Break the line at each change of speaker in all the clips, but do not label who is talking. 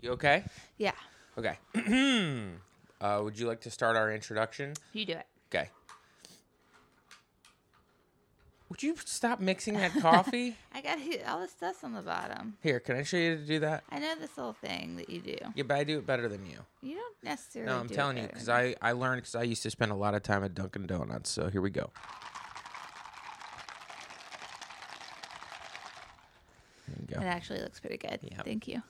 You okay?
Yeah,
Okay. uh, would you like to start our introduction?
you do it.
Okay. Would you stop mixing that coffee?
I got he- all the stuff on the bottom.
Here, can I show you how to do that?
I know this little thing that you do.
Yeah, but I do it better than you.
You don't necessarily.
No, I'm
do it
telling you,
better
because
than me.
I, I learned because I used to spend a lot of time at Dunkin' Donuts. So here we go. There you
It
go.
actually looks pretty good.
Yep.
Thank you.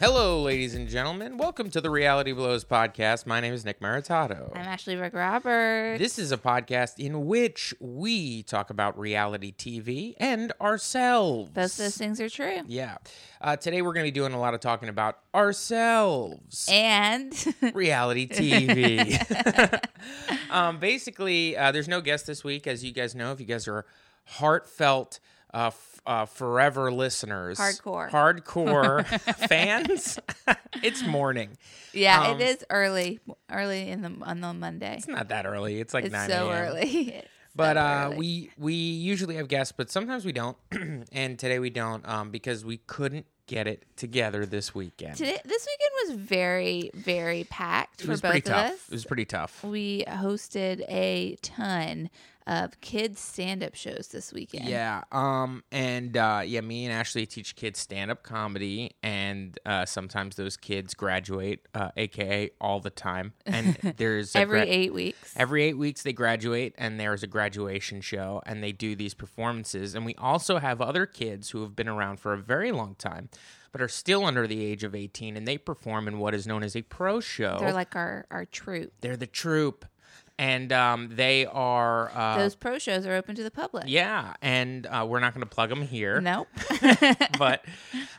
Hello, ladies and gentlemen. Welcome to the Reality Blows podcast. My name is Nick Maritato.
I'm Ashley Rick Roberts.
This is a podcast in which we talk about reality TV and ourselves.
Both those things are true.
Yeah. Uh, today we're going to be doing a lot of talking about ourselves.
And
reality TV. um, basically, uh, there's no guest this week, as you guys know. If you guys are heartfelt, uh, f- uh, forever listeners,
Hardcore.
hardcore fans, it's morning.
yeah,
Um,
it is early, early in the on the Monday.
It's not that early. It's like
It's
nine
so
a.m.
early. It's
But
so
uh,
early.
we we usually have guests, but sometimes we don't. and today we don't um, because we couldn't get it together this weekend.
today this weekend was very very packed
it
for
was
both
pretty
of
tough.
us.
It was pretty tough.
we hosted a ton of kids stand-up shows this weekend.
Yeah. Um. And uh, yeah, me and Ashley teach kids stand up comedy, and uh, sometimes those kids graduate, uh, aka all the time. And there's a
every
gra-
eight weeks.
Every eight weeks, they graduate, and there's a graduation show, and they do these performances. And we also have other kids who have been around for a very long time, but are still under the age of 18, and they perform in what is known as a pro show.
They're like our our troop.
They're the troupe, and um, they are. Uh,
Those pro shows are open to the public.
yeah, and uh, we're not going to plug them here.
Nope.
but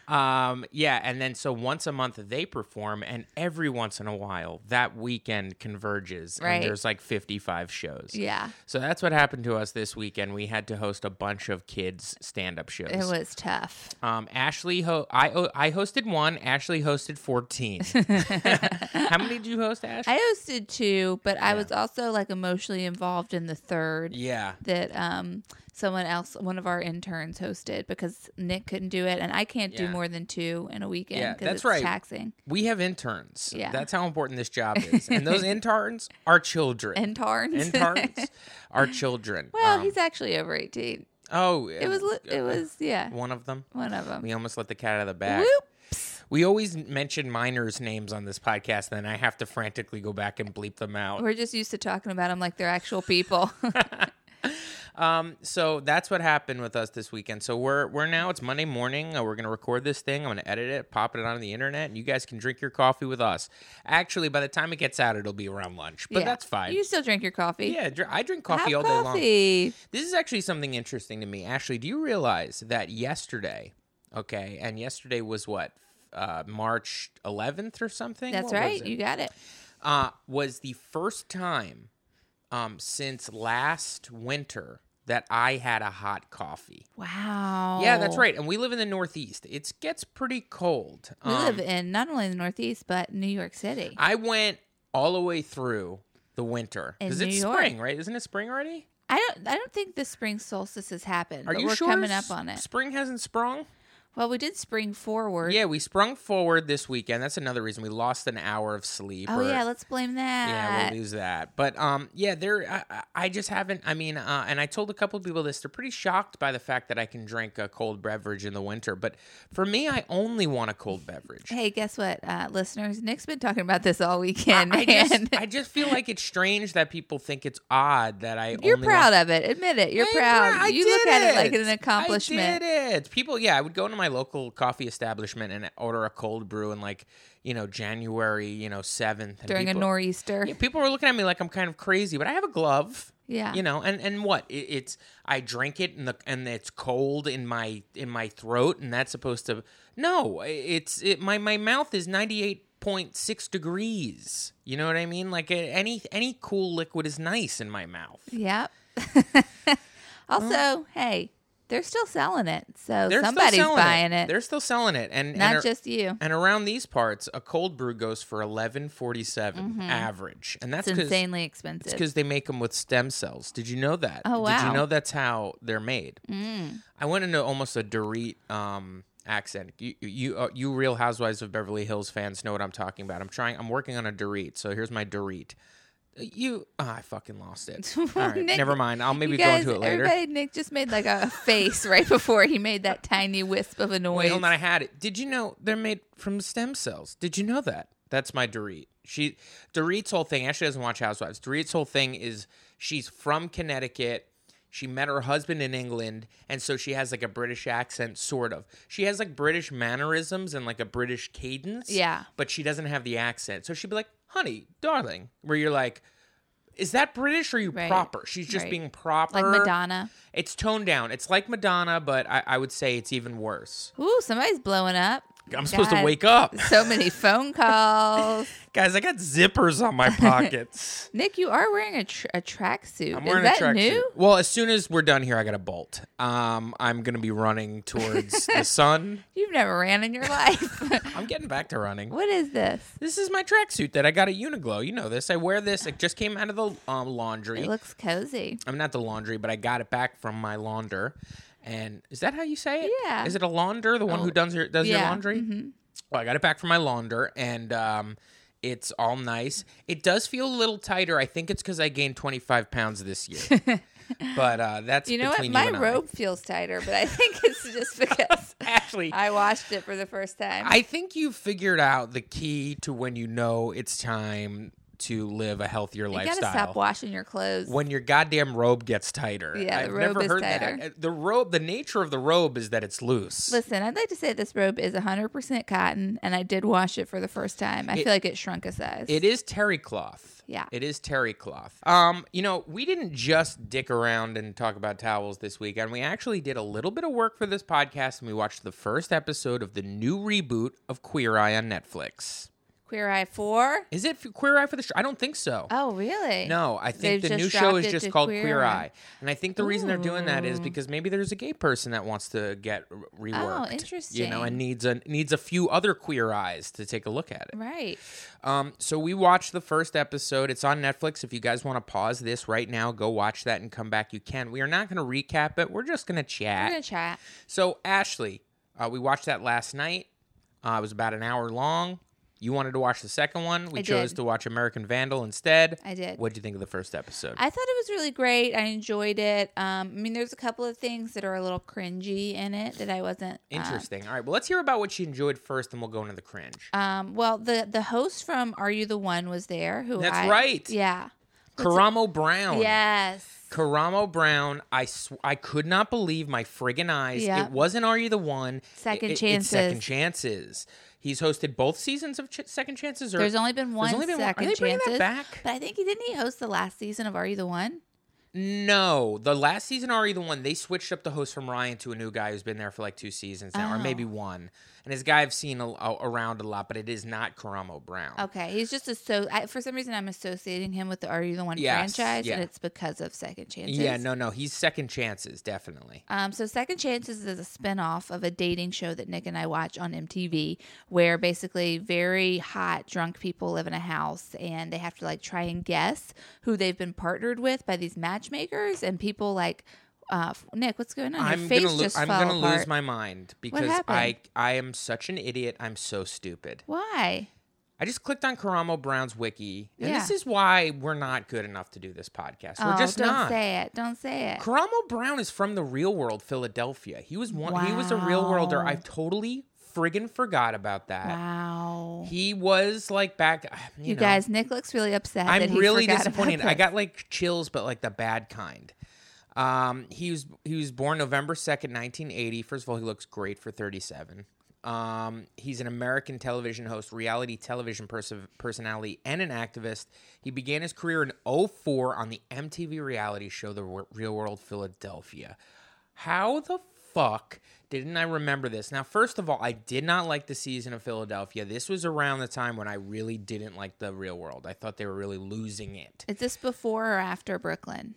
um, yeah, and then so once a month they perform, and every once in a while that weekend converges,
Right.
and there's like 55 shows.
yeah.
So that's what happened to us this weekend. We had to host a bunch of kids stand-up shows.
It was tough.
um, Ashley, ho- I o- I hosted one. Ashley hosted 14. How many did you host, Ashley?
I hosted two, but I was also like emotionally involved in the third
yeah.
that um someone else one of our interns hosted because Nick couldn't do it and I can't do
Yeah.
more than two in a weekend
Yeah,
'cause
that's
it's
right.
taxing.
We have interns.
Yeah.
That's how important this job is. And those interns are children.
Interns.
interns are children.
well,
Um,
he's actually over 18.
oh,
It was li- it was yeah,
one of them.
one of them.
We almost let the cat out of the bag.
Whoops.
We always mention minors' names on this podcast, then I have to frantically go back and bleep them out.
We're just used to talking about them like they're actual people.
Um, so that's what happened with us this weekend. So we're we're now it's Monday morning. Uh, we're gonna record this thing. I'm gonna edit it, pop it on the internet, and you guys can drink your coffee with us. Actually, by the time it gets out, it'll be around lunch, but
Yeah.
that's fine.
You still drink your coffee.
yeah, dr- I drink coffee
Have
all day long.
coffee.
This is actually something interesting to me. Ashley, do you realize that yesterday, okay, and yesterday was what, uh, March 11th or something?
That's
What was
right.
it?
You got it.
uh, was the first time um, since last winter that I had a hot coffee.
Wow.
Yeah, that's right. And we live in the Northeast. It gets pretty cold.
We
Um,
live in not only the Northeast but New York City.
I went all the way through the winter
In
because
New
it's
York.
spring, right? Isn't it spring already?
I don't. I don't think the spring solstice has happened.
Are
but
you
we're
sure
coming
s-
up on it.
Spring hasn't sprung.
Well, we did spring forward.
Yeah, we sprung forward this weekend. That's another reason we lost an hour of sleep.
Oh
or-
yeah. Let's blame
Yeah,
that.
we'll lose that. But um, yeah, there. I- I, I just haven't. I mean, uh, and I told a couple of people this. They're pretty shocked by the fact that I can drink a cold beverage in the winter. But for me, I only want a cold beverage.
hey, guess what, uh, listeners? Nick's been talking about this all weekend,
I
man.
just, I just feel like it's strange that people think it's odd that I.
You're
only
proud
Want-
of it. Admit it. You're
I'm
proud.
I
you
did
look at it like
it.
an accomplishment.
I did it. People, yeah, I would go to my local coffee establishment and order a cold brew in like, you know, January, you know, seventh.
During a nor'easter.
Yeah, people were looking at me like I'm kind of crazy, but I have a glove.
Yeah.
You know, and and what? It, it's I drink it and the and it's cold in my in my throat and that's supposed to No, it's it my my mouth is 98.9 0.6 degrees. You know what I mean? Like a- any any cool liquid is nice in my mouth.
Yep. also, hey, they're still selling it, so
They're
somebody's
still selling
buying it.
They're still selling it, and and
Not
ar-
just you.
And around these parts, a cold brew goes for eleven forty seven average, and that's
Mm-hmm. It's
'cause-
insanely
It's
expensive.
because they make them with stem cells. Did you know that?
Oh,
Did you
wow. Mm.
know that's how they're made? I went into almost a Dorit um, accent. You, you, uh, you Real Housewives of Beverly Hills fans know what I'm talking about. I'm trying. I'm working on a Dorit. So here's my Dorit. You, ah, I fucking lost it. All right,
Nick,
never mind. I'll maybe
you guys,
go into it later.
everybody, Nick just made like a face right before he made that tiny wisp of a noise.
Wait, hold on. I had it. Did you know they're made from stem cells? Did you know that? That's my Dorit. She Dorit's whole thing. Actually, doesn't watch Housewives. Dorit's whole thing is she's from Connecticut. She met her husband in England, and so she has like a British accent, sort of. She has like British mannerisms and like a British cadence.
Yeah.
But she doesn't have the accent. So she'd be like, honey, darling, where you're like, is that British or are you
Right,
proper? She's just
right.
being proper.
like Madonna.
It's toned down. It's like Madonna, but I, I would say it's even worse.
Ooh, somebody's blowing up.
I'm supposed to
God,
wake up.
So many phone calls.
Guys, I got zippers on my pockets.
Nick, you are wearing a, tr- a tracksuit.
I'm wearing
Is that
a tracksuit.
new?
Well, as soon as we're done here, I got to bolt. Um, I'm going to be running towards the sun.
You've never ran in your life.
I'm getting back to running.
what is this?
This is my tracksuit that I got at Uniqlo. You know this. I wear this. It just came out of the um, laundry.
It looks cozy.
I'm not the laundry, but I got it back from my launder. And is that how you say it?
Yeah.
Is it a launder, the one who
Oh,
does your does your
yeah, Mm-hmm.
laundry? Well, I got it back from my launder, and um, it's all nice. It does feel a little tighter. I think it's because I gained 25 pounds this year. but uh, that's
You know what?
between
My
you and
robe feels tighter, but I think it's just because
I. Ashley. I-
I washed it for the first time.
think you figured out the key to when you know it's time to live a healthier
you
lifestyle.
gotta stop washing your clothes.
when your goddamn robe gets tighter.
Yeah, the
I've
robe
never
is
heard
tighter.
that. Uh, The robe, the nature of the robe is that it's loose.
Listen, I'd like to say this robe is 100% cotton, and I did wash it for the first time. I feel like it shrunk a size.
It is terry cloth.
Yeah.
It is terry cloth. Um, you know, we didn't just dick around and talk about towels this weekend. We actually did a little bit of work for this podcast and we watched the first episode of the new reboot of Queer Eye on Netflix.
Queer Eye 4?
Is it Queer Eye for the show? I don't think so.
Oh, really?
No, I think
They've
the new
just
show
dropped
is
it
just
to
called Queer,
Queer
Eye.
Eye.
and I think the reason they're doing that is because maybe there's a gay person that wants to get r- reworked. You know, and
Oh, interesting.
needs a needs a few other queer eyes to take a look at it.
Right.
Um, so we watched the first episode. It's on Netflix. If you guys want to pause this right now, go watch that and come back. You can. We are not going to recap it. We're just going to
We're
chat.
going to chat.
So Ashley, uh, we watched that last night. Uh, it was about an hour long. You wanted to watch the second one. We
I
chose
did.
to watch American Vandal instead.
I
What
did.
would you think of the first episode?
I thought it was really great. I enjoyed it. Um, I mean, there's a couple of things that are a little cringy in it that I wasn't. uh,
Interesting. All right. Well, let's hear about what you enjoyed first, and we'll go into the cringe.
um, well, the the host from Are You the One was there. Who
That's
I-
right.
Yeah.
Karamo Brown.
Yes.
Karamo Brown, I sw- I could not believe my friggin' eyes.
Yeah.
It wasn't Are You the One?
Second
It- it- it's Second Chances.
Chances.
He's hosted both seasons of Ch- Second Chances. Or
There's only been one
only been one- are
Second
they bringing that
chances.
back?
But I think he didn't he host the last season of Are You the One?
no. The last season, Are You the One? They switched up the host from Ryan to a new guy who's been there for like two seasons now, or
Oh.
maybe one. And his guy I've seen a- a- around a lot, but it is not Karamo Brown.
Okay, he's just so I, for some reason I'm associating him with the Are You the One
Yes,
franchise,
yeah.
and it's because of Second Chances.
Yeah, no, no. He's Second Chances, definitely.
Um, so Second Chances is a spinoff of a dating show that Nick and I watch on MTV where basically very hot drunk people live in a house and they have to like try and guess who they've been partnered with by these matchmakers and people like uh, Nick, what's going on? Your
I'm
face
gonna, lo-
just
I'm
fell
gonna
apart.
lose my mind because I
happened?
I am such an idiot. I'm so stupid.
Why?
I just clicked on Karamo Brown's wiki, and this
Yeah.
is why we're not good enough to do this podcast. We're
oh,
just
don't
not.
say it. Don't say it.
Karamo Brown is from the real world, Philadelphia. He was one. He was a real worlder.
Wow.
I totally friggin' forgot about that.
Wow.
He was like back. You,
You
know,
guys, Nick looks really upset. that
I'm
he
really
forgot about
disappointed. I
this.
got like chills, but like the bad kind. Um, he was he was born November second, nineteen eighty. First of all, he looks great for thirty seven. Um, he's an American television host, reality television pers- personality, and an activist. He began his career in 04 on the MTV reality show The Wor- Real World Philadelphia. How the fuck didn't I remember this? Now, first of all, I did not like the season of Philadelphia. This was around the time when I really didn't like the real world. I thought they were really losing it.
Is this before or after Brooklyn?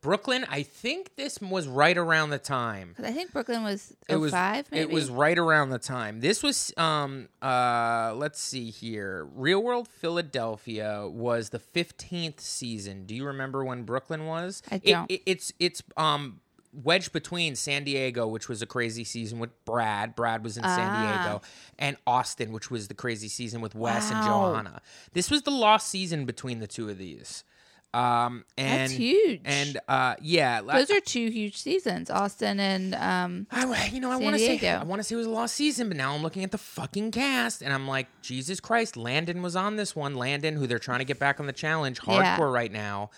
Brooklyn, I think this was right around the time.
'Cause I think Brooklyn was
It was
05, Oh, maybe.
It was right around the time. This was um uh let's see here. Real World Philadelphia was the 15th season. Do you remember when Brooklyn was?
I
It-
don't.
It, it's it's um wedged between San Diego, which was a crazy season with Brad. Brad was in San
Ah.
Diego, and Austin, which was the crazy season with Wes and
Wow.
Johanna. This was the lost season between the two of these. Um and
That's huge.
And uh yeah, la-
Those are two huge seasons, Austin and um,
I, you know, I
San
want to say
Diego.
I want to say it was a lost season, but now I'm looking at the fucking cast, and I'm like, Jesus Christ, Landon was on this one. Landon, who they're trying to get back on the challenge,
Yeah.
hardcore right now,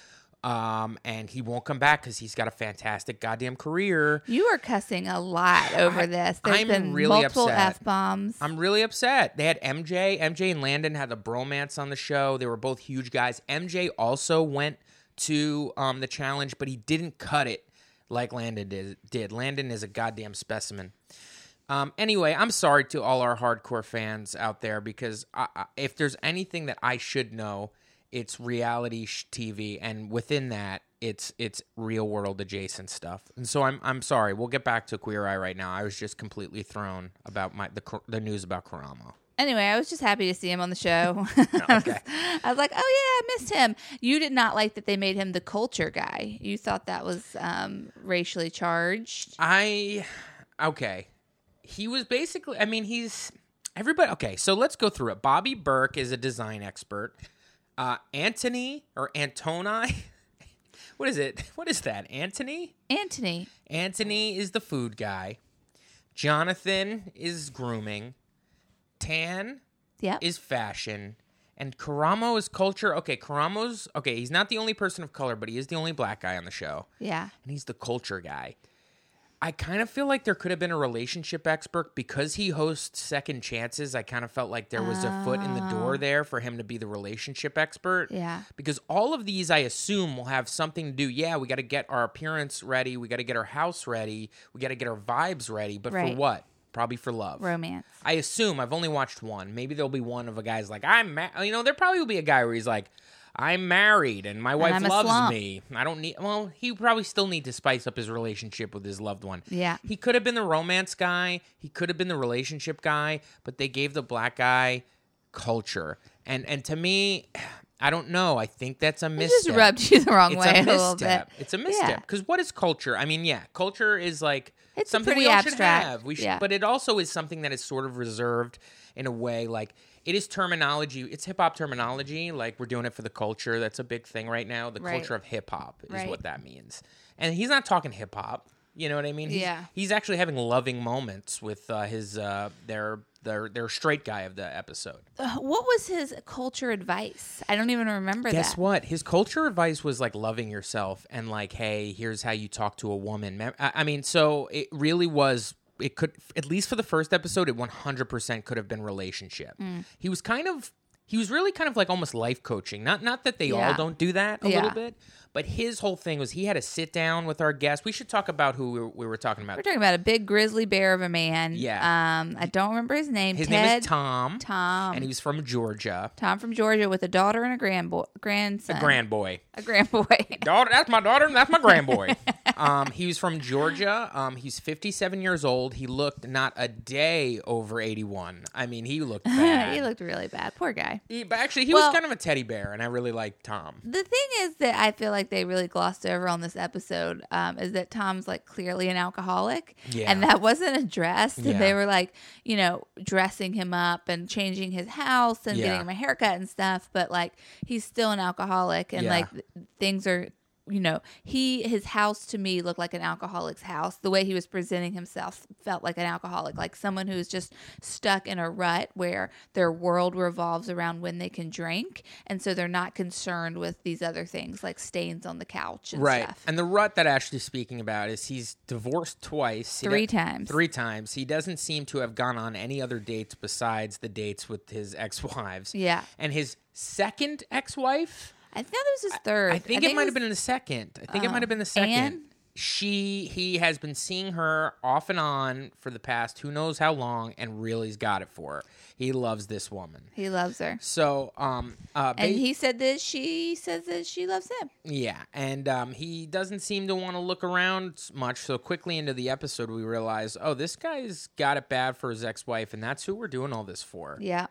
um, and he won't come back because he's got a fantastic goddamn career.
you are cussing a lot over this. There's
I'm
been
really
multiple
upset.
f bombs.
I'm really upset. They had MJ. MJ and Landon had the bromance on the show. They were both huge guys. MJ also went to um, the challenge, but he didn't cut it like Landon did. did. Landon is a goddamn specimen. Um, anyway, I'm sorry to all our hardcore fans out there because I, I, if there's anything that I should know, it's reality sh- TV, and within that, it's it's real world adjacent stuff. And so I'm I'm sorry. We'll get back to Queer Eye right now. I was just completely thrown about my the cor- the news about Karamo.
Anyway, I was just happy to see him on the show. I, was,
Okay.
I was like, oh yeah, I missed him. You did not like that they made him the culture guy. You thought that was um, racially charged.
I okay. He was basically I mean he's everybody okay, so let's go through it. Bobby Burke is a design expert. Uh Anthony or Antoni What is it? What is that? Anthony?
Anthony,
Anthony is the food guy. Jonathan is grooming. Tan
yep.
is fashion and Karamo is culture. Okay, Karamo's okay, he's not the only person of color, but he is the only black guy on the show
yeah.
and he's the culture guy. I kind of feel like there could have been a relationship expert because he hosts Second Chances. I kind of felt like there was a foot in the door there for him to be the relationship expert.
Ah. Yeah.
Because all of these, I assume, will have something to do. Yeah, we got to get our appearance ready. We got to get our house ready. We got to get our vibes ready. But
Right.
for what? Probably for love.
Romance.
I assume I've only watched one. Maybe there'll be one of a guy's like, I'm, ma-. you know, there probably will be a guy where he's like, I'm married and my wife
I'm a
loves
slump.
me. I don't need. Well, he probably still need to spice up his relationship with his loved one.
Yeah.
he could have been the romance guy. He could have been the relationship guy, but they gave the black guy culture. And and to me, I don't know. I think that's a
It
misstep.
just rubbed you the wrong
it's
way
a
a, little bit.
misstep. It's a misstep. Because what is culture? I mean, yeah, culture is like
It's
something we
pretty
all
abstract,
should have. We should,
yeah.
but it also is something that is sort of reserved in a way. Like it is terminology. It's hip hop terminology. Like we're doing it for the culture. That's a big thing right now. The
Right.
culture of hip hop is
Right.
what that means. And he's not talking hip hop. You know what I mean? He's,
Yeah.
He's actually having loving moments with uh, his uh, their their their straight guy of the episode.
Uh, What was his culture advice? I don't even remember
Guess
that.
what? His culture advice was like loving yourself and like, hey, here's how you talk to a woman. Mem- I I mean, so it really was. It could, at least for the first episode, it 100% could have been relationship.
Mm.
He was kind of, he was really kind of like almost life coaching. Not, not that they all
Yeah.
don't do that a
Yeah.
little bit, but his whole thing was he had to sit down with our guest. We should talk about who we were, we were talking about.
We're talking about a big grizzly bear of a man.
Yeah.
Um, I don't remember his name.
His
Ted,
name is Tom,
Tom.
and he was from Georgia.
Tom from Georgia with a daughter and a grandbo- grandson.
Grand boy.
A grandboy.
daughter. That's my daughter. and That's my grandboy. um, he was from Georgia. Um, he's 57 years old. He looked not a day over 81. I mean, he looked bad.
he looked really bad. Poor guy.
He- but actually, he
Well-
was kind of a teddy bear, and I really liked Tom.
The thing is that I feel like they really glossed over on this episode um, is that Tom's like clearly an alcoholic,
Yeah.
and that wasn't addressed. And they
Yeah.
were like, you know, dressing him up and changing his house and getting
Yeah.
him a haircut and stuff, but like he's still an alcoholic, and
Yeah.
like th- things are. You know, he his house to me looked like an alcoholic's house. The way he was presenting himself felt like an alcoholic, like someone who's just stuck in a rut where their world revolves around when they can drink, and so they're not concerned with these other things like stains on the couch and
Right.
stuff.
And the rut that Ashley's speaking about is he's divorced twice. He
Three
do-
times.
Three times. He doesn't seem to have gone on any other dates besides the dates with his ex wives.
Yeah.
And his second ex wife,
I thought it was his third.
I think it might have
was Oh.
been the second. I think it might have been the second.
Anne?
she he has been seeing her off and on for the past who knows how long and really's got it for her. He loves this woman.
He loves her.
So um uh ba-
And he said that she says that she loves him.
yeah, and um he doesn't seem to want to look around much. So quickly into the episode we realize, oh, this guy's got it bad for his ex-wife and that's who we're doing all this for.
Yeah.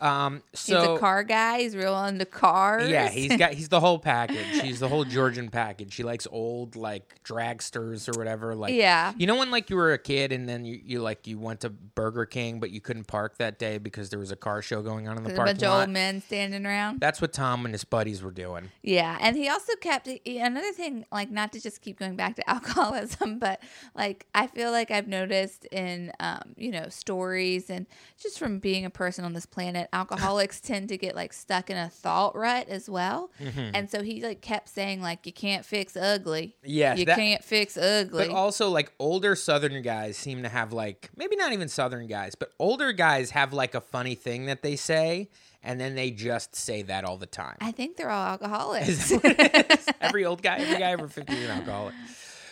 Um
He's
so
a car guy. He's real into cars.
Yeah, he's got he's the whole package. He's the whole Georgian package. He likes old like dragsters or whatever. Like
Yeah.
you know when like you were a kid and then you, you like you went to Burger King but you couldn't park that day because there was a car show going on in the
There's a bunch
parking
of old
lot.
men standing around.
That's what Tom and his buddies were doing.
Yeah, and he also kept he- another thing like not to just keep going back to alcoholism, but like I feel like I've noticed in um, you know stories and just from being a person on this planet, alcoholics tend to get like stuck in a thought rut as well.
Mm-hmm.
And so he like kept saying like you can't fix ugly,
Yes,
you
that-
can't fix ugly.
But also like older Southern guys seem to have like maybe not even Southern guys, but older guys have like a funny thing that they say and then they just say that all the time.
I think they're all
Is
alcoholics.
that what it is? every old guy, every guy over 50 is an alcoholic.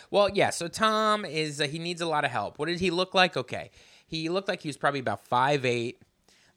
Well, yeah. So Tom is, uh, he needs a lot of help. What did he look like? Okay. He looked like he was probably about 5'8,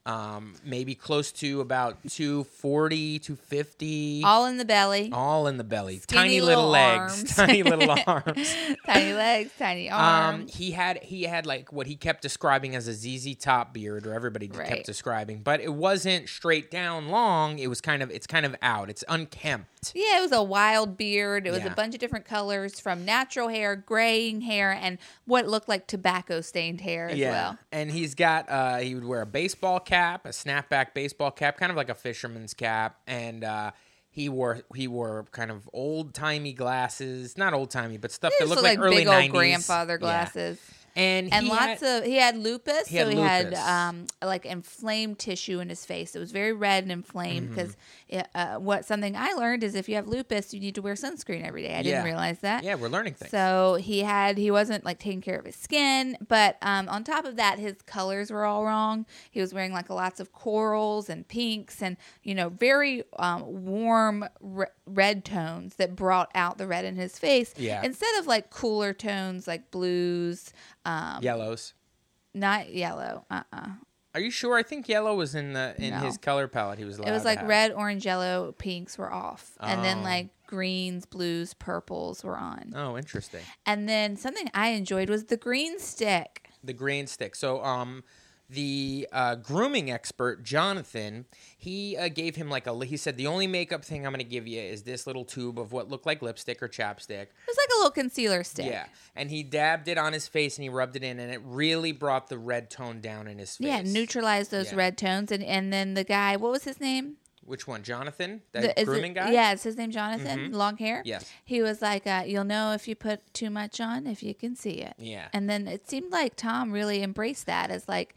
um, maybe close to about 240, 250. All-
all in the belly,
in the belly,
Skinny
tiny little,
little
legs,
arms.
tiny little arms.
tiny legs, tiny
Um,
arms.
he had he had like what he kept describing as a ZZ Top beard, or everybody d-
Right.
kept describing, but it wasn't straight down long. It was kind of it's kind of out. It's unkempt.
Yeah, it was a wild beard. It was
Yeah.
a bunch of different colors from natural hair, graying hair, and what looked like tobacco stained hair as well.
And he's got uh he would wear a baseball cap, a snapback baseball cap, kind of like a fisherman's cap, and uh he wore he wore kind of old timey glasses, not old timey, but stuff
It
that
just
looked
looked
like, early
big
90s.
old grandfather
Yeah.
glasses.
And
And
he
lots
had-
of he had lupus,
He had
so he
lupus.
had um, like inflamed tissue in his face. It was very red and inflamed
Mm-hmm.
because uh, what something I learned is if you have lupus, you need to wear sunscreen every day. I
Yeah.
didn't realize that.
yeah, we're learning things.
So he had he wasn't like taking care of his skin, but um, on top of that, his colors were all wrong. He was wearing like lots of corals and pinks and you know very um, warm re- red tones that brought out the red in his face.
Yeah.
Instead of like cooler tones like blues, um,
Yellows.
not yellow. Uh uh
Are you sure? I think yellow was in the in
No.
his color palette. He was
It
allowed
was
to
like
have.
red, orange, yellow, pinks were off, and
Oh.
then like greens, blues, purples were on.
Oh, interesting.
And then something I enjoyed was the green stick.
the grain stick. So, um, the uh, grooming expert Jonathan, he uh, gave him like a. li- He said the only makeup thing I'm going to give you is this little tube of what looked like lipstick or chapstick.
It was like a little concealer stick.
Yeah, and he dabbed it on his face and he rubbed it in, and it really brought the red tone down in his face.
Yeah, neutralize those
Yeah.
red tones, and and then the guy, what was his name?
Which one, Jonathan, that
The, is it-
grooming guy? Mm-hmm.
Yeah, is his name Jonathan? Long hair.
Yes.
He was like, uh, "You'll know if you put too much on if you can see it."
Yeah.
And then it seemed like Tom really embraced that as like,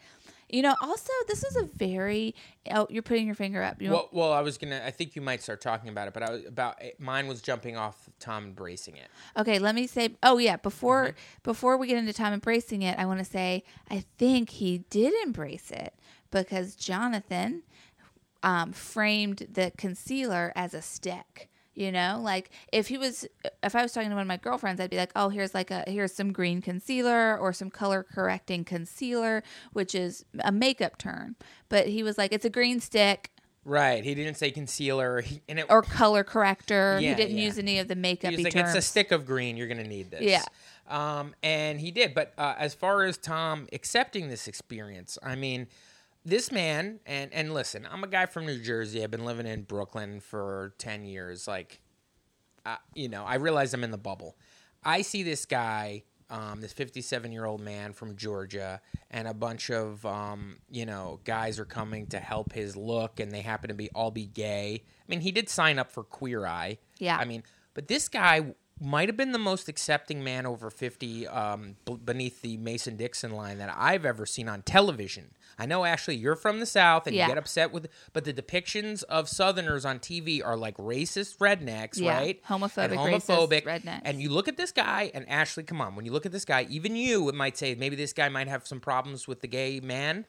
you know. Also, this is a very oh, you're putting your finger up. You
Well, well, I was gonna. I think you might start talking about it, but I was about mine was jumping off Tom embracing it.
Okay, let me say. Oh yeah, before
Mm-hmm.
before we get into Tom embracing it, I want to say I think he did embrace it because Jonathan um, framed the concealer as a stick. You know, like if he was, if I was talking to one of my girlfriends, I'd be like, "Oh, here's like a here's some green concealer or some color correcting concealer, which is a makeup term." But he was like, "It's a green stick."
Right. He didn't say concealer, he, and it
Or color corrector.
Yeah,
he didn't
yeah.
use any of the makeup
He was like,
terms.
it's a stick of green. You're going to need this.
Yeah.
Um, and he did. But uh, as far as Tom accepting this experience, I mean, this man, and, and listen, I'm a guy from New Jersey. I've been living in Brooklyn for 10 years. Like, uh, you know, I realize I'm in the bubble. I see this guy, um, this 57 year old man from Georgia, and a bunch of, um, you know, guys are coming to help his look, and they happen to be all be gay. I mean, he did sign up for Queer Eye.
Yeah.
I mean, but this guy might have been the most accepting man over 50 um, b- beneath the Mason Dixon line that I've ever seen on television. I know, Ashley, you're from the South and
Yeah.
you get upset with, but the depictions of Southerners on TV are like racist rednecks,
Yeah.
right?
Homophobic,
and
racist
homophobic
rednecks.
And you look at this guy, and Ashley, come on, when you look at this guy, even you, it might say maybe this guy might have some problems with the gay man.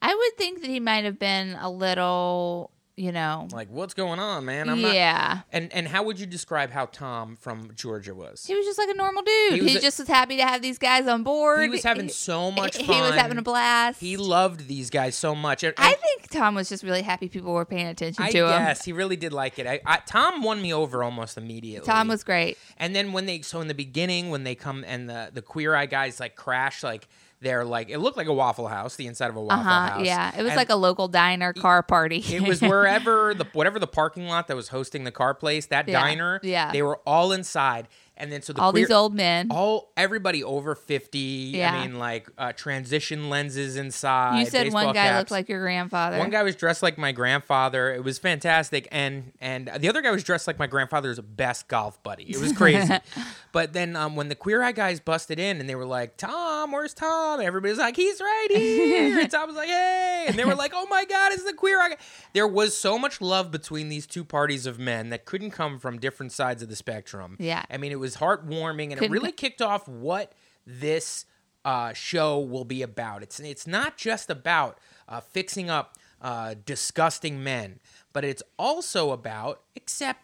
I would think that he might have been a little, you know.
Like, what's going on, man? I'm not.
yeah.
And and how would you describe how Tom from Georgia was?
he was just like a normal dude.
He
He,
was a-
just was happy to have these guys on board.
He was having
He-
so much
he
fun.
was having a blast.
He loved these guys so much. And,
I
and
think Tom was just really happy people were paying attention
I
to him.
guess he really did like it. I, I, Tom won me over almost immediately.
Tom was great.
And then when they so in the beginning when they come and the the queer eye guys like crash like they're like it looked like a waffle house the inside of a
Uh
waffle
huh.
house.
Yeah. It was
And
like a local diner car party.
it was wherever the whatever the parking lot that was hosting the car place that
Yeah,
diner.
yeah.
they were all inside and then so the
all
queer,
these old men.
all everybody over fifty. I
Yeah.
mean like uh, transition lenses inside.
you said one
baseball
guy
caps.
looked like your grandfather.
One guy was dressed like my grandfather. It was fantastic, and and the other guy was dressed like my grandfather's best golf buddy. It was crazy. but then um, when the queer eye guys busted in and they were like, "Tom, where's Tom?" And everybody was like, "He's right here." and Tom was like, "Hey!" And they were like, "Oh my God, it's the queer eye." Guy. There was so much love between these two parties of men that couldn't come from different sides of the spectrum.
Yeah.
I mean, it was heartwarming, and it
Couldn't
really kicked off what this uh, show will be about. It's it's not just about uh, fixing up uh, disgusting men, but it's also about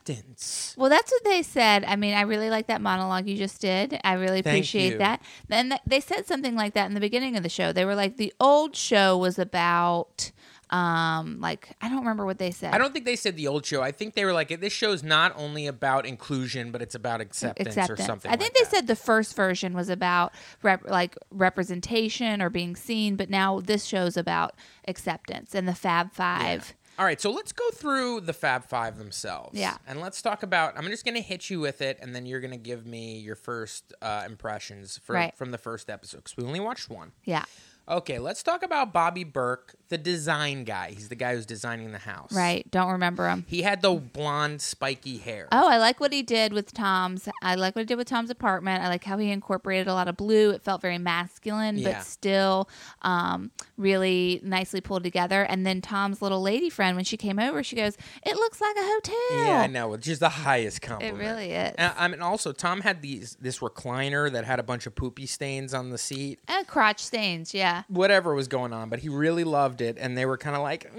acceptance.
Well, that's what they said. I mean, I really like that monologue you just did. I really
Thank
appreciate
you.
that. Then th- they said something like that in the beginning of the show. They were like, the old show was about, um, like I don't remember what they said.
I don't think they said the old show. I think they were like, this show's not only about inclusion, but it's about acceptance, or something.
I think
like
they
that.
said the first version was about rep- like representation or being seen, but now this show's about acceptance and the Fab Five.
All right, so let's go through the Fab Five themselves.
Yeah.
And let's talk about. I'm just going to hit you with it, and then you're going to give me your first uh, impressions for,
Right.
from the first episode because we only watched one.
Yeah,
Okay, let's talk about Bobby Burke, the design guy. He's the guy who's designing the house.
right. Don't remember him.
He had the blonde, spiky hair.
Oh, I like what he did with Tom's. I like what he did with Tom's apartment. I like how he incorporated a lot of blue. It felt very masculine,
Yeah.
but still um, really nicely pulled together. And then Tom's little lady friend, when she came over, she goes, "It looks like a hotel."
Yeah, I know. Which is the highest
It
compliment.
really is.
And, I mean, also Tom had these this recliner that had a bunch of poopy stains on the seat.
and crotch stains, yeah.
Whatever was going on, but he really loved it, and they were kind of like, mm,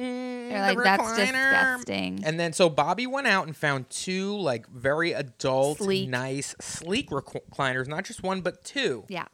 They're
the
like, "That's
recliner."
disgusting."
And then so Bobby went out and found two like very adult,
Sleek.
nice, sleek recliners. Not just one, but two.
Yeah.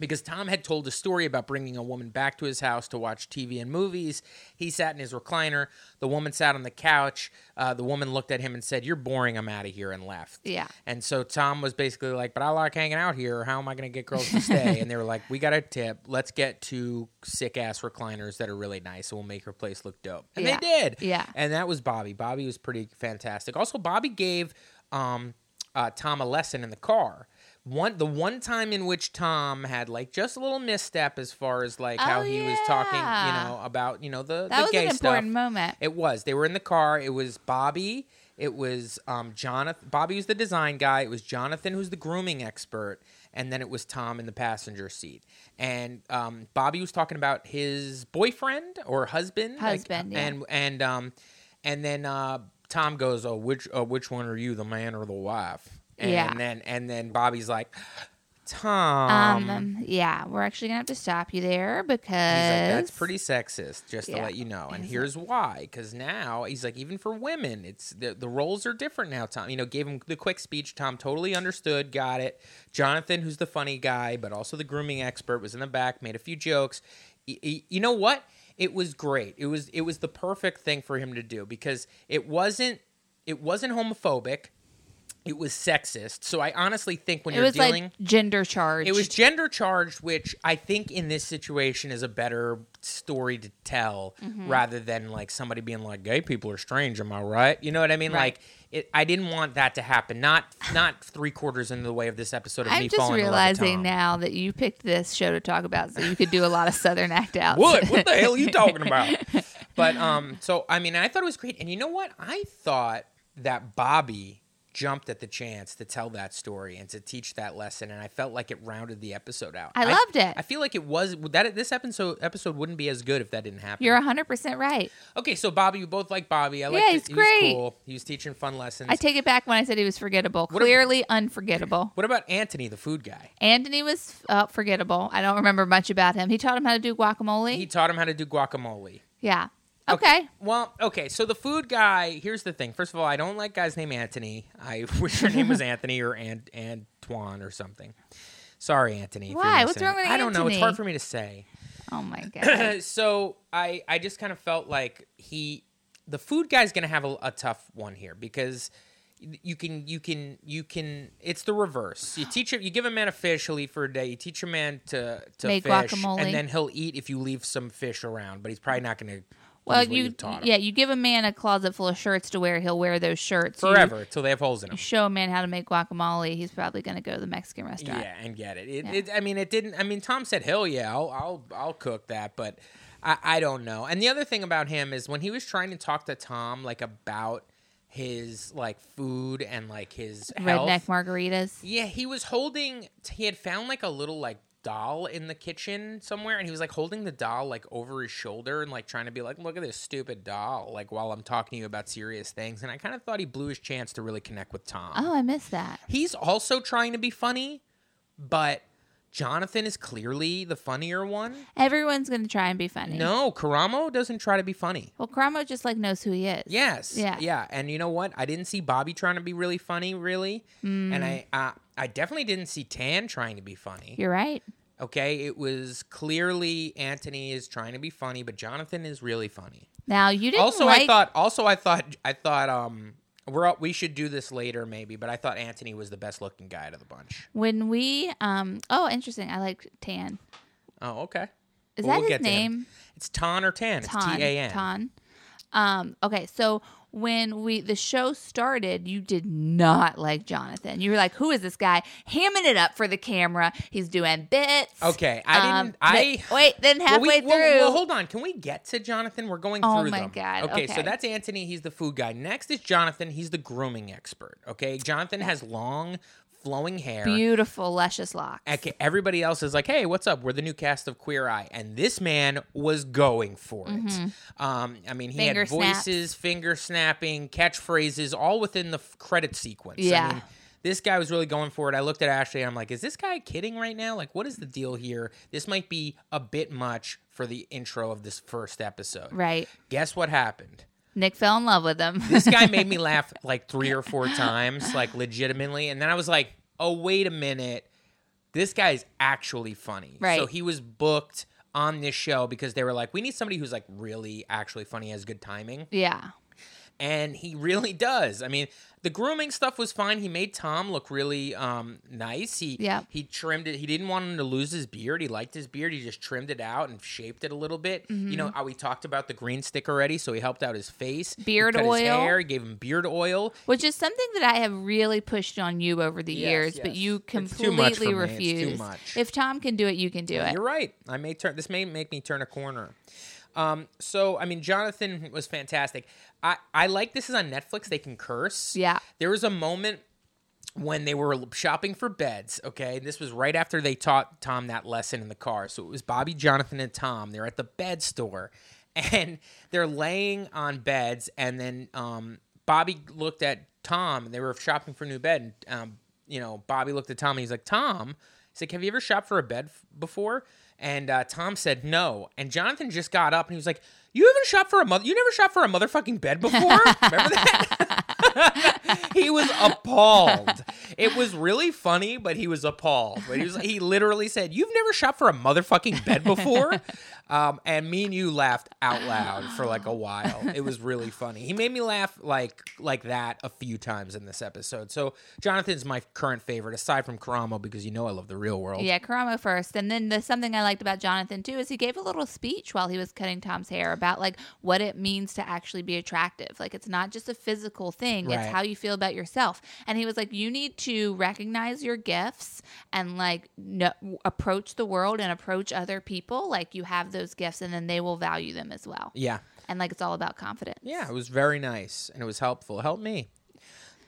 because Tom had told a story about bringing a woman back to his house to watch TV and movies. He sat in his recliner. The woman sat on the couch. Uh, the woman looked at him and said, "You're boring. I'm out of here," and left.
Yeah.
And so Tom was basically like, "But I like hanging out here. How am I going to get girls to stay?" and they were like, "We got a tip. Let's get two sick ass recliners that are really nice, and we'll make her place look dope." And
Yeah.
they did.
Yeah.
And that was Bobby. Bobby was pretty fantastic. Also, Bobby gave um, uh, Tom a lesson in the car. One the one time in which Tom had like just a little misstep as far as like how
Oh,
he was talking,
yeah.
you know, about you know the
That
the
was
gay
an important
stuff.
moment.
It was. They were in the car. It was Bobby. It was um, Jonathan. Bobby was the design guy. It was Jonathan, who's the grooming expert, and then it was Tom in the passenger seat. And um, Bobby was talking about his boyfriend or husband. like,
Husband, yeah.
And and um, and then uh, Tom goes, "Oh, which uh, which one are you, the man or the wife?" And
Yeah.
then and then Bobby's like, "Tom."
Um, yeah, we're actually gonna have to stop you there because
He's like, that's pretty sexist, just to
Yeah.
let you know. And
He's like-
here's why. Because now, he's like, even for women, it's the, the roles are different now, Tom. You know, gave him the quick speech. Tom totally understood, got it. Jonathan, who's the funny guy, but also the grooming expert, was in the back, made a few jokes. Y- y- you know what? It was great. It was it was the perfect thing for him to do because it wasn't it wasn't homophobic. It was sexist. So I honestly think when
It
you're
was
dealing
like gender charged.
it was gender charged, which I think in this situation is a better story to tell
Mm-hmm.
rather than like somebody being like, "Gay people are strange." Am I right? You know what I mean?
Right.
Like, it, I didn't want that to happen. Not not three quarters into the way of this episode of me
I'm just
falling in
realizing
love with Tom.
now that you picked this show to talk about, so you could do a lot of Southern act outs.
What? What the hell are you talking about? But um, so I mean, I thought it was great, and you know what? I thought that Bobby jumped at the chance to tell that story and to teach that lesson, and I felt like it rounded the episode out.
I loved it.
I feel like it was that this episode episode wouldn't be as good if that didn't happen.
You're 100 percent right.
okay, so Bobby, we both like Bobby. I like
Yeah,
that
he's
he
great.
was cool. He was teaching fun lessons.
I take it back when I said he was forgettable.
a-
Clearly unforgettable.
what about Anthony, the food guy?
Anthony was uh, forgettable. I don't remember much about him. He taught him how to do guacamole.
He taught him how to do guacamole.
yeah. Okay.
Well, okay. So the food guy. Here's the thing. First of all, I don't like guys named Anthony. I wish her name was Anthony or Ant Antoine or something. Sorry, Anthony. if you're
Why? What's
listening.
wrong with
I don't know. It's
Anthony?
hard for me to say.
Oh my god.
so I I just kind of felt like he the food guy's gonna have a, a tough one here because you can you can you can it's the reverse. You teach him you give a man a fish, he'll eat for a day. You teach a man to to
Make
fish,
guacamole.
and then he'll eat if you leave some fish around. But he's probably not gonna.
Well,
use what
you
you've taught him.
yeah, you give a man a closet full of shirts to wear, he'll wear those shirts You
forever till they have holes in them.
show a man how to make guacamole, he's probably going to go to the Mexican restaurant.
Yeah, and get it. It,
Yeah.
it. I mean, it didn't. I mean, Tom said, "Hell yeah, I'll, I'll, I'll cook that," but I, I don't know. And the other thing about him is when he was trying to talk to Tom, like about his like food and like his health.
Redneck margaritas.
Yeah, he was holding. He had found like a little like doll in the kitchen somewhere, and he was like holding the doll like over his shoulder and like trying to be like, "Look at this stupid doll!" Like while I'm talking to you about serious things. And I kind of thought he blew his chance to really connect with Tom.
Oh, I missed that.
He's also trying to be funny, but Jonathan is clearly the funnier one.
Everyone's going to try and be funny.
No, Karamo doesn't try to be funny.
Well, Cromwell just like knows who he is.
Yes.
Yeah.
Yeah. And you know what? I didn't see Bobby trying to be really funny, really.
Mm.
And I, uh, I definitely didn't see Tan trying to be funny.
You're right.
Okay. It was clearly Anthony is trying to be funny, but Jonathan is really funny.
Now, you didn't
Also,
like
I thought. Also, I thought. I thought. Um, we're all, we should do this later, maybe. But I thought Anthony was the best looking guy out of the bunch.
when we um oh, interesting. I like Tan.
Oh, okay.
Is
Well, we'll
that his
get to him.
name?
It's Tan or Tan. It's
Tan.
T A N.
Tan. Um okay, so when we the show started, you did not like Jonathan. You were like, "Who is this guy hamming it up for the camera? He's doing bits."
Okay, I
Um,
didn't. I
but- wait. Then
Well, we-
halfway
well,
through,
Well, hold on. Can we get to Jonathan? We're going
Oh
through
my
them.
God,
Okay,
okay.
so that's Anthony. He's the food guy. Next is Jonathan. He's the grooming expert. Okay, Jonathan has long, flowing hair.
beautiful, luscious locks.
Okay, everybody else is like, "Hey, what's up? We're the new cast of Queer Eye," and this man was going for it. Um, I mean, he
Mm-hmm. Finger
had voices, finger snapping, catchphrases, all within the f- credit sequence.
Yeah.
I mean, this guy was really going for it. I looked at Ashley and I'm like, "Is this guy kidding right now? Like, what is the deal here? This might be a bit much for the intro of this first episode."
Right.
Guess what happened?
Nick fell in love with him.
this guy made me laugh like three or four times, like legitimately. And then I was like, oh, wait a minute. This guy is actually funny.
Right.
So he was booked on this show because they were like, we need somebody who's like really actually funny, has good timing.
yeah.
And he really does. I mean, the grooming stuff was fine. He made Tom look really um, nice. He
Yeah.
he trimmed it. He didn't want him to lose his beard. He liked his beard. He just trimmed it out and shaped it a little bit.
Mm-hmm.
You know, uh, we talked about the green stick already, so he helped out his face. He
Beard
cut His
oil.
hair, gave him beard oil.
Which is something that I have really pushed on you over the
Yes,
years, but
yes.
you
It's too much
completely
for me. It's too
refuse.
much.
If Tom can do it, you can do it.
You're right. I may turn. This may make me turn a corner. Um, so I mean, Jonathan was fantastic. I I like this is on Netflix. They can curse.
Yeah.
There was a moment when they were shopping for beds. Okay, this was right after they taught Tom that lesson in the car. So it was Bobby, Jonathan, and Tom. They're at the bed store, and they're laying on beds. And then um, Bobby looked at Tom, and they were shopping for a new bed. And um, you know, Bobby looked at Tom, and he's like, "Tom." He's like, Have you ever shopped for a bed f- before? And uh, Tom said no. And Jonathan just got up and he was like, You haven't shopped for a mother. You never shopped for a motherfucking bed before. Remember that? he was appalled. It was really funny, but he was appalled. But he was he literally said, "You've never shopped for a motherfucking bed before," um, and me and you laughed out loud for like a while. It was really funny. He made me laugh like like that a few times in this episode. So Jonathan's my current favorite, aside from Karamo, because you know I love the real world.
Yeah, Karamo first. And then the something I liked about Jonathan too is he gave a little speech while he was cutting Tom's hair about like what it means to actually be attractive. Like it's not just a physical thing,
Right.
it's how you feel about yourself. And he was like you need to recognize your gifts and like no, approach the world and approach other people like you have those gifts and then they will value them as well.
Yeah,
And like it's all about confidence.
yeah. It was very nice and it was helpful. It helped me.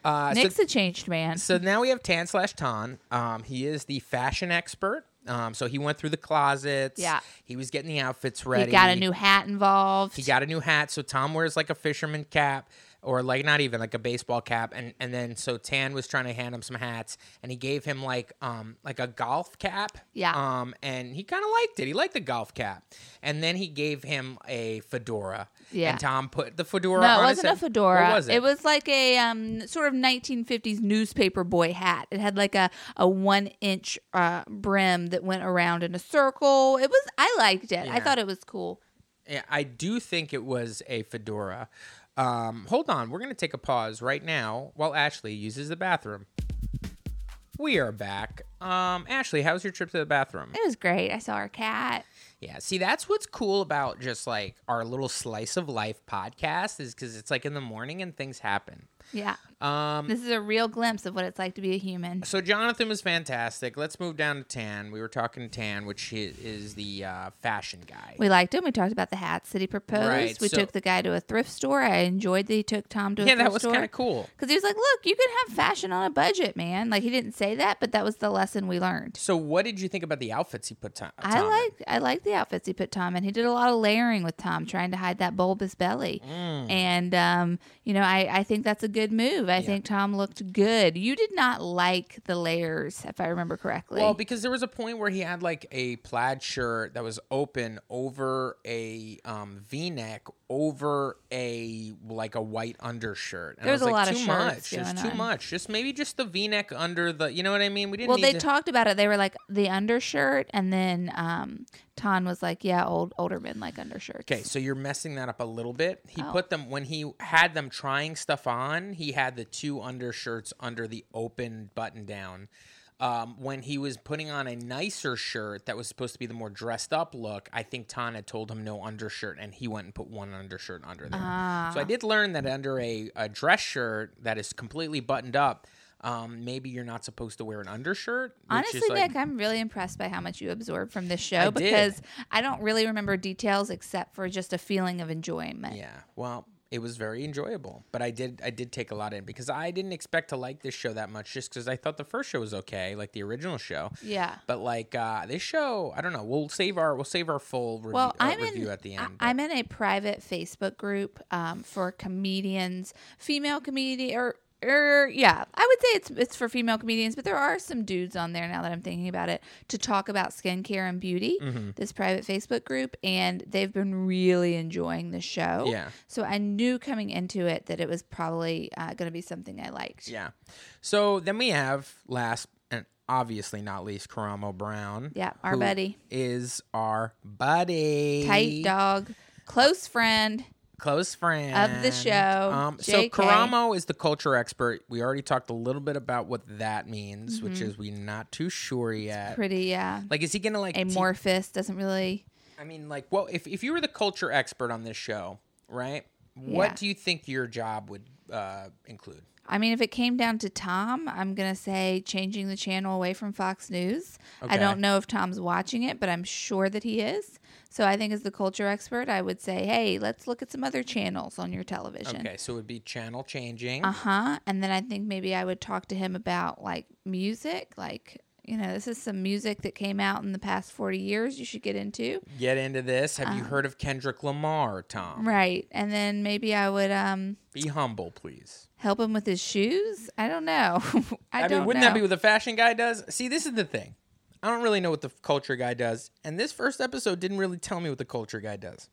Uh, so-
Nick's a changed man.
So now we have Tan slash Tan. Um, he is the fashion expert. Um, so he went through the closets.
Yeah.
He was getting the outfits
He
ready.
got a new hat involved.
He got a new hat. So Tom wears like a fisherman cap. or like not even like a baseball cap and and then so Tan was trying to hand him some hats and he gave him like um like a golf cap
Yeah.
um and he kind of liked it he liked the golf cap and then he gave him a fedora
Yeah.
and Tom put the fedora
No,
on
it
his
wasn't a
head. What
fedora.
was it,
was like a um, sort of 1950s newspaper boy hat. It had like a, a one inch uh, brim that went around in a circle. It was, I liked it. I
Yeah.
thought it was cool.
Yeah, Eh, I do think it was a fedora. Um, hold on, we're gonna take a pause right now while Ashley uses the bathroom. We are back. Um, Ashley, how's your trip to the bathroom?
It was great. I saw our cat.
Yeah, see, that's what's cool about just like our little slice of life podcast is because it's like in the morning and things happen.
Yeah.
Um,
This is a real glimpse of what it's like to be a human.
so Jonathan was fantastic. Let's move down to Tan. We were talking to Tan, which i- is the uh, fashion guy.
We liked him. We talked about the hats that he proposed.
Right,
we
so-
took the guy to a thrift store. I enjoyed that he took Tom to a
yeah,
thrift
that was
store.
kind of cool.
Because he was like, look, you can have fashion on a budget, man. Like, he didn't say that, but that was the lesson we learned.
So, what did you think about the outfits he put? Tom,
I
Tom in?
liked I liked the outfits he put Tom in. He did a lot of layering with Tom, trying to hide that bulbous belly.
Mm.
And um, you know, I, I think that's a good move. I think Tom looked good. You did not like the layers, if I remember correctly.
Well, because there was a point where he had like a plaid shirt that was open over a um, V-neck over a like a white undershirt. And
There was a
I was like,
lot of
too
shirts
much. It was
going
too
on."
much. Just maybe just the V-neck under the. You know what I mean? We didn't.
Well,
need
they
to-
talked about it. They were like the undershirt, and then um, Ton was like, "Yeah, old older men like undershirts."
Okay, so you're messing that up a little bit. He
Oh.
put them when he had them trying stuff on. He had the two undershirts under the open button down. Um, when he was putting on a nicer shirt that was supposed to be the more dressed up look, I think Tan had told him no undershirt, and he went and put one undershirt under there. So
Ah.
I did learn that under a, a dress shirt that is completely buttoned up, um, maybe you're not supposed to wear an undershirt. which
Honestly,
is like-
Nick, I'm really impressed by how much you absorbed from this show
I did.
because I don't really remember details except for just a feeling of enjoyment.
Yeah. Well, it was very enjoyable, but I did I did take a lot in because I didn't expect to like this show that much just because I thought the first show was okay, like the original show.
Yeah.
But like uh, this show, I don't know. We'll save our we'll save our full review,
Well,
uh,
I'm
review
in,
at the
I-
end.
I'm in a private Facebook group um, for comedians, female comedian, or, or yeah, I would say it's it's for female comedians, but there are some dudes on there now that I'm thinking about it to talk about skincare and beauty.
Mm-hmm.
This private Facebook group, and they've been really enjoying the show.
Yeah.
So I knew coming into it that it was probably uh, going to be something I liked.
yeah. So then we have last and obviously not least Karamo Brown.
Yeah, our
who
buddy.
is our buddy
Tight dog, close friend.
close friend
Of the show,
Um, so
JK.
Karamo is the culture expert. We already talked a little bit about what that means, which
Mm-hmm.
is we're not too sure yet.
Pretty, yeah.
Like, is Uh, he gonna like? te-
amorphous. Doesn't really.
I mean, like, well, if if you were the culture expert on this show, right? What
Yeah.
do you think your job would uh, include?
I mean, if it came down to Tom, I'm going to say changing the channel away from Fox News. I
Okay.
don't know if Tom's watching it, but I'm sure that he is. So I think, as the culture expert, I would say, hey, let's look at some other channels on your television.
Okay, so it would be channel changing.
Uh huh. And then I think maybe I would talk to him about like music. Like, you know, this is some music that came out in the past 40 years you should get into.
Get into this. Have you heard of Kendrick Lamar, Tom?
uh, Right. And then maybe I would um,
Be humble, please.
help him with his shoes. I don't know. I,
I,
don't
mean, wouldn't
know.
that be what the fashion guy does? See, this is the thing. I don't really know what the f- culture guy does, and this first episode didn't really tell me what the culture guy does.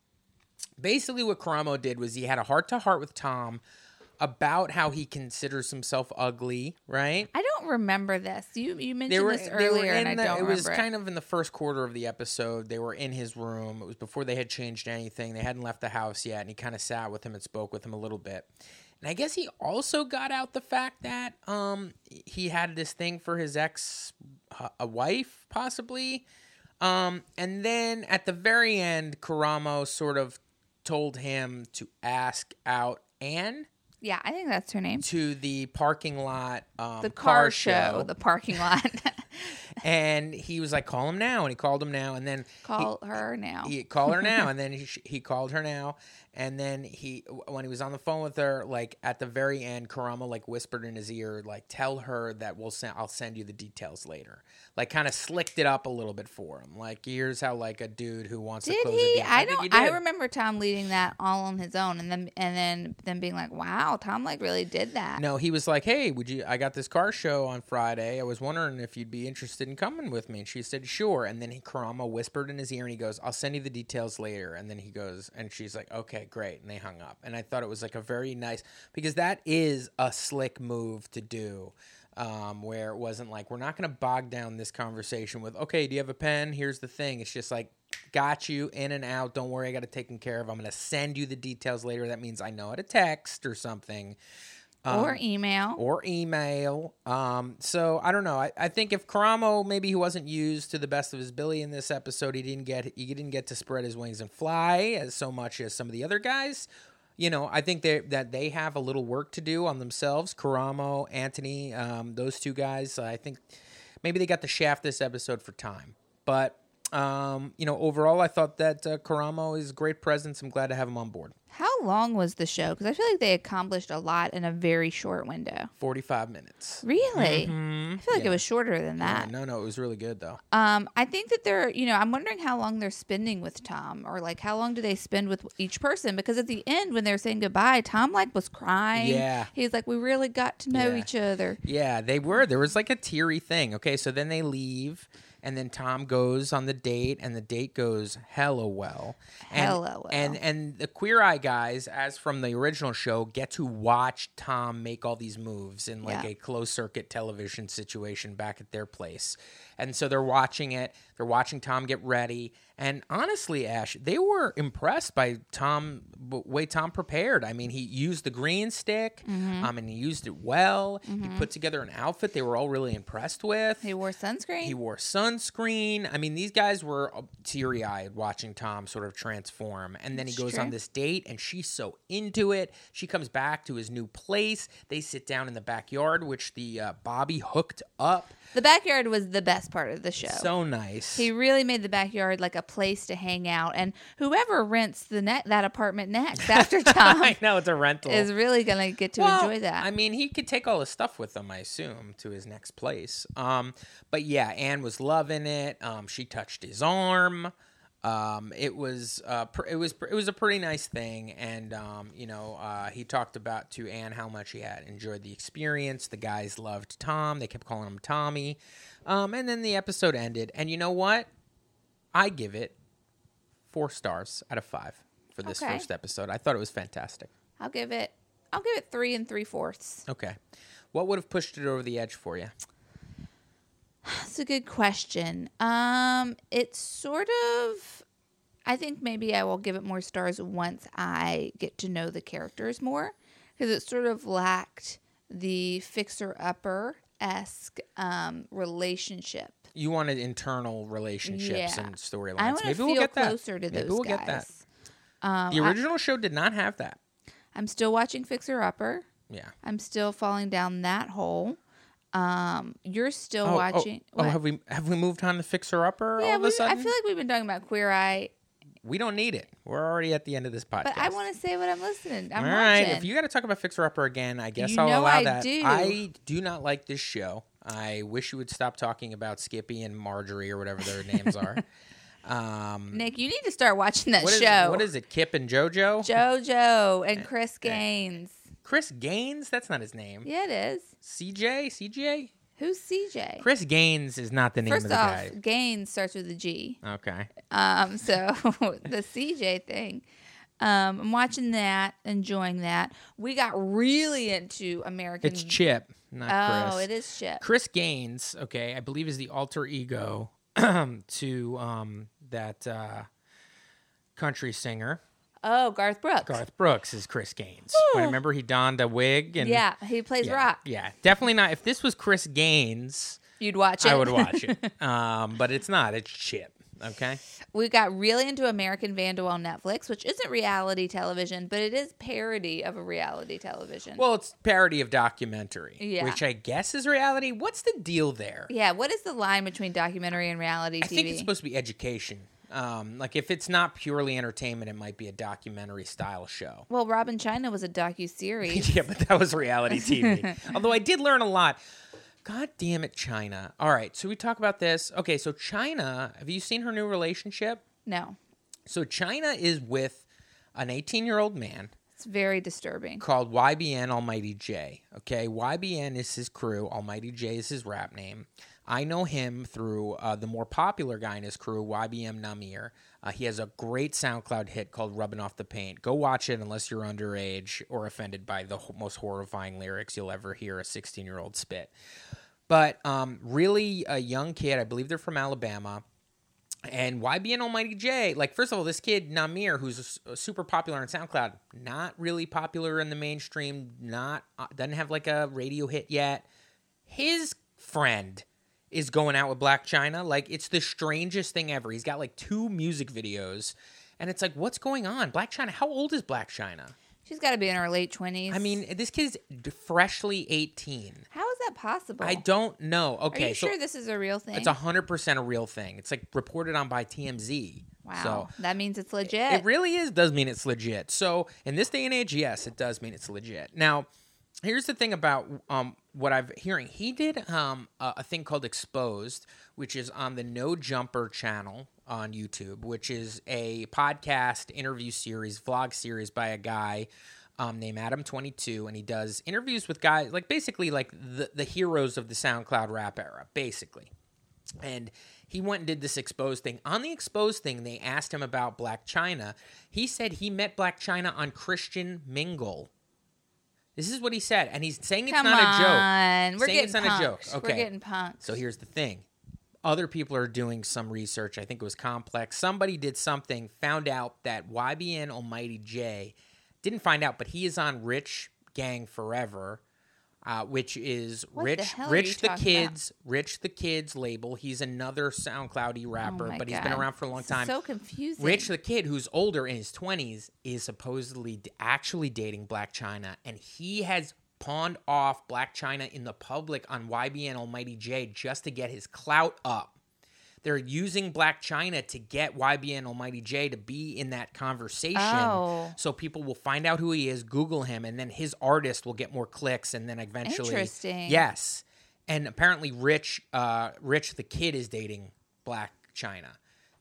Basically, what Karamo did was he had a heart to heart with Tom about how he considers himself ugly, right?
I don't remember this. You you mentioned this
they were
earlier, and I
in the-
don't
It was
remember. it.
kind of in the first quarter of the episode. They were in his room. It was before they had changed anything. They hadn't left the house yet, and he kind of sat with him and spoke with him a little bit. And I guess he also got out the fact that um, he had this thing for his ex, uh, a wife possibly. Um, and then at the very end, Karamo sort of told him to ask out Anne
yeah, I think that's her name.
to the parking lot, um,
The car, show, the parking lot.
and he was like, "Call him now," and he called him now, and then
Call her now.
he call her now and then he, sh- he called her now and then he w- when he was on the phone with her like at the very end karama like whispered in his ear like tell her that we'll send i'll send you the details later like kind of slicked it up a little bit for him like here's how like a dude who wants to
Did
close a
he?
deal
I
think he
don't. I
did.
remember Tom leading that all on his own, and then and then them being like, "Wow, Tom like really did that."
no he was like hey would you i got this car show on friday i was wondering if you'd be interested in coming with me and she said sure and then he, karama whispered in his ear and he goes i'll send you the details later and then he goes and she's like okay great and they hung up and i thought it was like a very nice because that is a slick move to do um, where it wasn't like we're not going to bog down this conversation with okay do you have a pen here's the thing it's just like got you in and out don't worry i got it taken care of i'm going to send you the details later that means i know how to text or something
or email.
um, or email. Um, so I don't know. I, I think if Karamo maybe he wasn't used to the best of his Billy in this episode, he didn't get he didn't get to spread his wings and fly as so much as some of the other guys. You know, I think they, that they have a little work to do on themselves. Karamo, Anthony, um, those two guys. I think maybe they got the shaft this episode for time, but. Um, you know, overall, I thought that uh, Karamo is a great presence. I'm glad to have him on board.
How long was the show? Because I feel like they accomplished a lot in a very short window.
45 minutes.
Really, I feel like
Mm-hmm. Yeah.
it was shorter than
Yeah,
that.
no, no, it was really good though.
Um, I think that they're, you know, I'm wondering how long they're spending with Tom, or like how long do they spend with each person? Because at the end, when they're saying goodbye, Tom like was crying.
Yeah.
he's like, we really got to know
Yeah.
each other.
Yeah, they were. There was like a teary thing. Okay, so then they leave, and then Tom goes on the date, and the date goes hella well. And,
Hella well.
And and the Queer Eye guys, as from the original show, get to watch Tom make all these moves in like
Yeah.
a closed circuit television situation back at their place, and so they're watching it. They're watching Tom get ready, and honestly, Ash, they were impressed by Tom w- way Tom prepared. I mean, he used the green stick, um, and he used it well. He put together an outfit they were all really impressed with.
He wore sunscreen.
He wore sunscreen. I mean, these guys were teary eyed watching Tom sort of transform. And then he
That's
goes on
true.
this date, and she's so into it. She comes back to his new place. They sit down in the backyard, which the uh, Bobby hooked up.
the backyard was the best part of the show.
So nice.
He really made the backyard like a place to hang out, and whoever rents the ne- that apartment next after Tom
I know it's a rental.
is really gonna get to
Well,
enjoy that.
I mean, he could take all his stuff with him, I assume, to his next place. Um, but yeah, Anne was loving it. Um, she touched his arm. Um, it was uh, pr- it was pr- it was a pretty nice thing, and um, you know, uh, he talked about to Anne how much he had enjoyed the experience. The guys loved Tom; they kept calling him Tommy. Um, and then the episode ended, and you know what? I give it four stars out of five for this
Okay.
first episode. I thought it was fantastic.
I'll give it. I'll give it three and three fourths.
Okay. What would have pushed it over the edge for you?
That's a good question. Um, it's sort of. I think maybe I will give it more stars once I get to know the characters more, because it sort of lacked the fixer upper esque um, relationship.
You wanted internal relationships
Yeah.
and storylines.
I want to
Maybe
feel
we'll get that.
closer to
Maybe
those
we'll
guys. Um,
get that. The original show did not have that.
I'm still watching Fixer Upper.
Yeah.
I'm still falling down that hole. Um, you're still
Oh, oh,
watching.
Oh,
what?
have we have we moved on to Fixer Upper all
yeah,
of a
we, I
sudden?
feel like we've been talking about Queer Eye,
we don't need it. We're already at the end of this podcast.
but I want to say what I'm listening. I'm
All right.
watching.
If you got to talk about Fixer Upper again, I guess
You
I'll
know
allow
I
that.
do.
I do not like this show. I wish you would stop talking about Skippy and Marjorie or whatever their names are. Um,
Nick, you need to start watching that
what is-
show.
what is Eh, it? Kip and JoJo?
JoJo and Chris Gaines?
Chris Gaines? That's not his name.
Yeah, it is.
CJ? CJ?
Who's CJ?
Chris Gaines is not the name
First
of the
off,
guy.
Gaines starts with a G.
Okay.
Um, so the CJ thing. Um, I'm watching that, enjoying that. We got really into American.
It's Chip, not
oh,
Chris.
it is shit.
Chris Gaines, okay, I believe is the alter ego to um, that uh, country singer.
Oh, Garth Brooks.
Garth Brooks is Chris Gaines. When I remember he donned a wig and
Yeah, he plays
yeah,
rock.
Yeah, definitely not. If this was Chris Gaines,
You'd watch it.
I would watch it. Um, but it's not. It's Chip. Okay.
We got really into American Vandal on Netflix, which isn't reality television, but it is parody of a reality television.
Well, it's parody of documentary,
Yeah.
which I guess is reality. What's the deal there?
yeah, what is the line between documentary and reality
I
TV?
think it's supposed to be education. Um, like if it's not purely entertainment, it might be a documentary style show.
well, Robin China was a docu series.
yeah, but that was reality TV. Although I did learn a lot. God damn it, China. All right, so we talk about this. Okay, so China, have you seen her new relationship?
no,
So China is with an 18 year old man
it's very disturbing.
called YBN Almighty J. Okay, YBN is his crew. Almighty J is his rap name. I know him through uh, the more popular guy in his crew, YBM Namir. Uh, he has a great SoundCloud hit called "Rubbing Off the Paint." Go watch it unless you're underage or offended by the ho- most horrifying lyrics you'll ever hear a 16 year old spit. But um, really, a young kid. I believe they're from Alabama. And YBN Almighty J, like, first of all, this kid, Namir, who's s- super popular on SoundCloud, not really popular in the mainstream, not, uh, doesn't have like a radio hit yet. His friend is going out with Black China. Like, it's the strangest thing ever. He's got like two music videos, and it's like, what's going on? Black China, how old is Black China?
She's got to be in her late 20s.
I mean, this kid's d- freshly 18.
how is that possible?
I don't know. Okay,
Oh. Are you
so
sure this is a real thing?
it's a hundred percent a real thing. It's like reported on by TMZ.
wow.
So
that means it's legit.
it really is does mean it's legit. So in this day and age, yes, it does mean it's legit. Now, here's the thing about um, what I've hearing. He did um, a, a thing called Exposed, which is on the No Jumper channel on YouTube, which is a podcast interview series, vlog series by a guy. Um, named Adam Twenty Two, and he does interviews with guys like basically like the the heroes of the SoundCloud rap era, basically and he went and did this exposed thing. On the exposed thing, they asked him about Black China. He said he met Black China on Christian Mingle. This is what he said, and he's saying it's
Come
not a joke.
on. We're
Saying
getting
it's not a joke.
punked.
Okay.
We're getting punked.
So here's the thing. Other people are doing some research. I think it was complex. Somebody did something, found out that YBN Almighty J didn't find out, but he is on Rich Gang Forever, uh, which is
What the
Rich
hell are you
Rich the
talking about?
Kids Rich the Kids label. He's another SoundCloudy rapper,
Oh my
but he's been
God.
around for a long
This is
time.
so confusing.
Rich the kid who's older in his 20s is supposedly d- actually dating Black China and he has pawned off Black China in the public on YBN Almighty J just to get his clout up. They're using Black China to get YBN Almighty J to be in that conversation
Oh.
so people will find out who he is, Google him and then his artist will get more clicks and then eventually
Interesting.
Yes. And apparently Rich uh Rich the kid is dating Black China.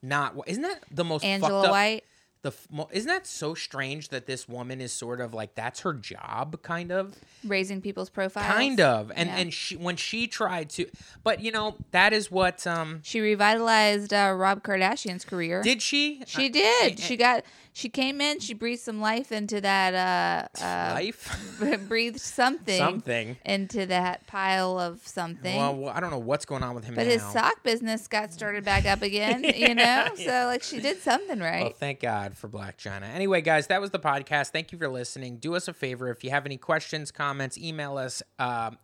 Not isn't that the most
Angela
fucked up-
White.
the f- mo- isn't that so strange that this woman is sort of like that's her job kind of
raising people's profiles.
kind of and
Yeah.
and she when she tried to but you know that is what um
She revitalized uh, Rob Kardashian's career.
did she Eh,
she did. she got. She came in. She breathed some life into that.
Uh,
Uh, uh,
life
breathed something.
something
Into that pile of something.
well, well, I don't know what's going on with him
but
now
his sock business got started back up again. you know. So like she did something right.
Well, thank God for Black China. Anyway, guys, that was the podcast. Thank you for listening. Do us a favor. If you have any questions, comments, email us um,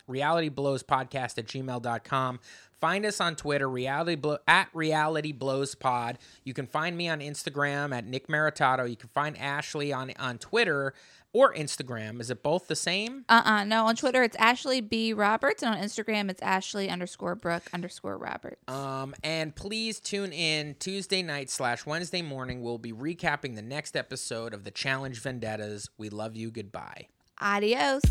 realityblowspodcast at gmail.com. Find us on Twitter, reality blow, at Reality Blows Pod. You can find me on Instagram at Nick Maritato. You can find Ashley on, on Twitter or Instagram. Is it both the same?
uh uh no. On Twitter it's Ashley B Roberts, and on Instagram it's Ashley underscore Brooke underscore Roberts.
Um, and please tune in Tuesday night slash Wednesday morning. We'll be recapping the next episode of the Challenge Vendettas. We love you. Goodbye.
Adios.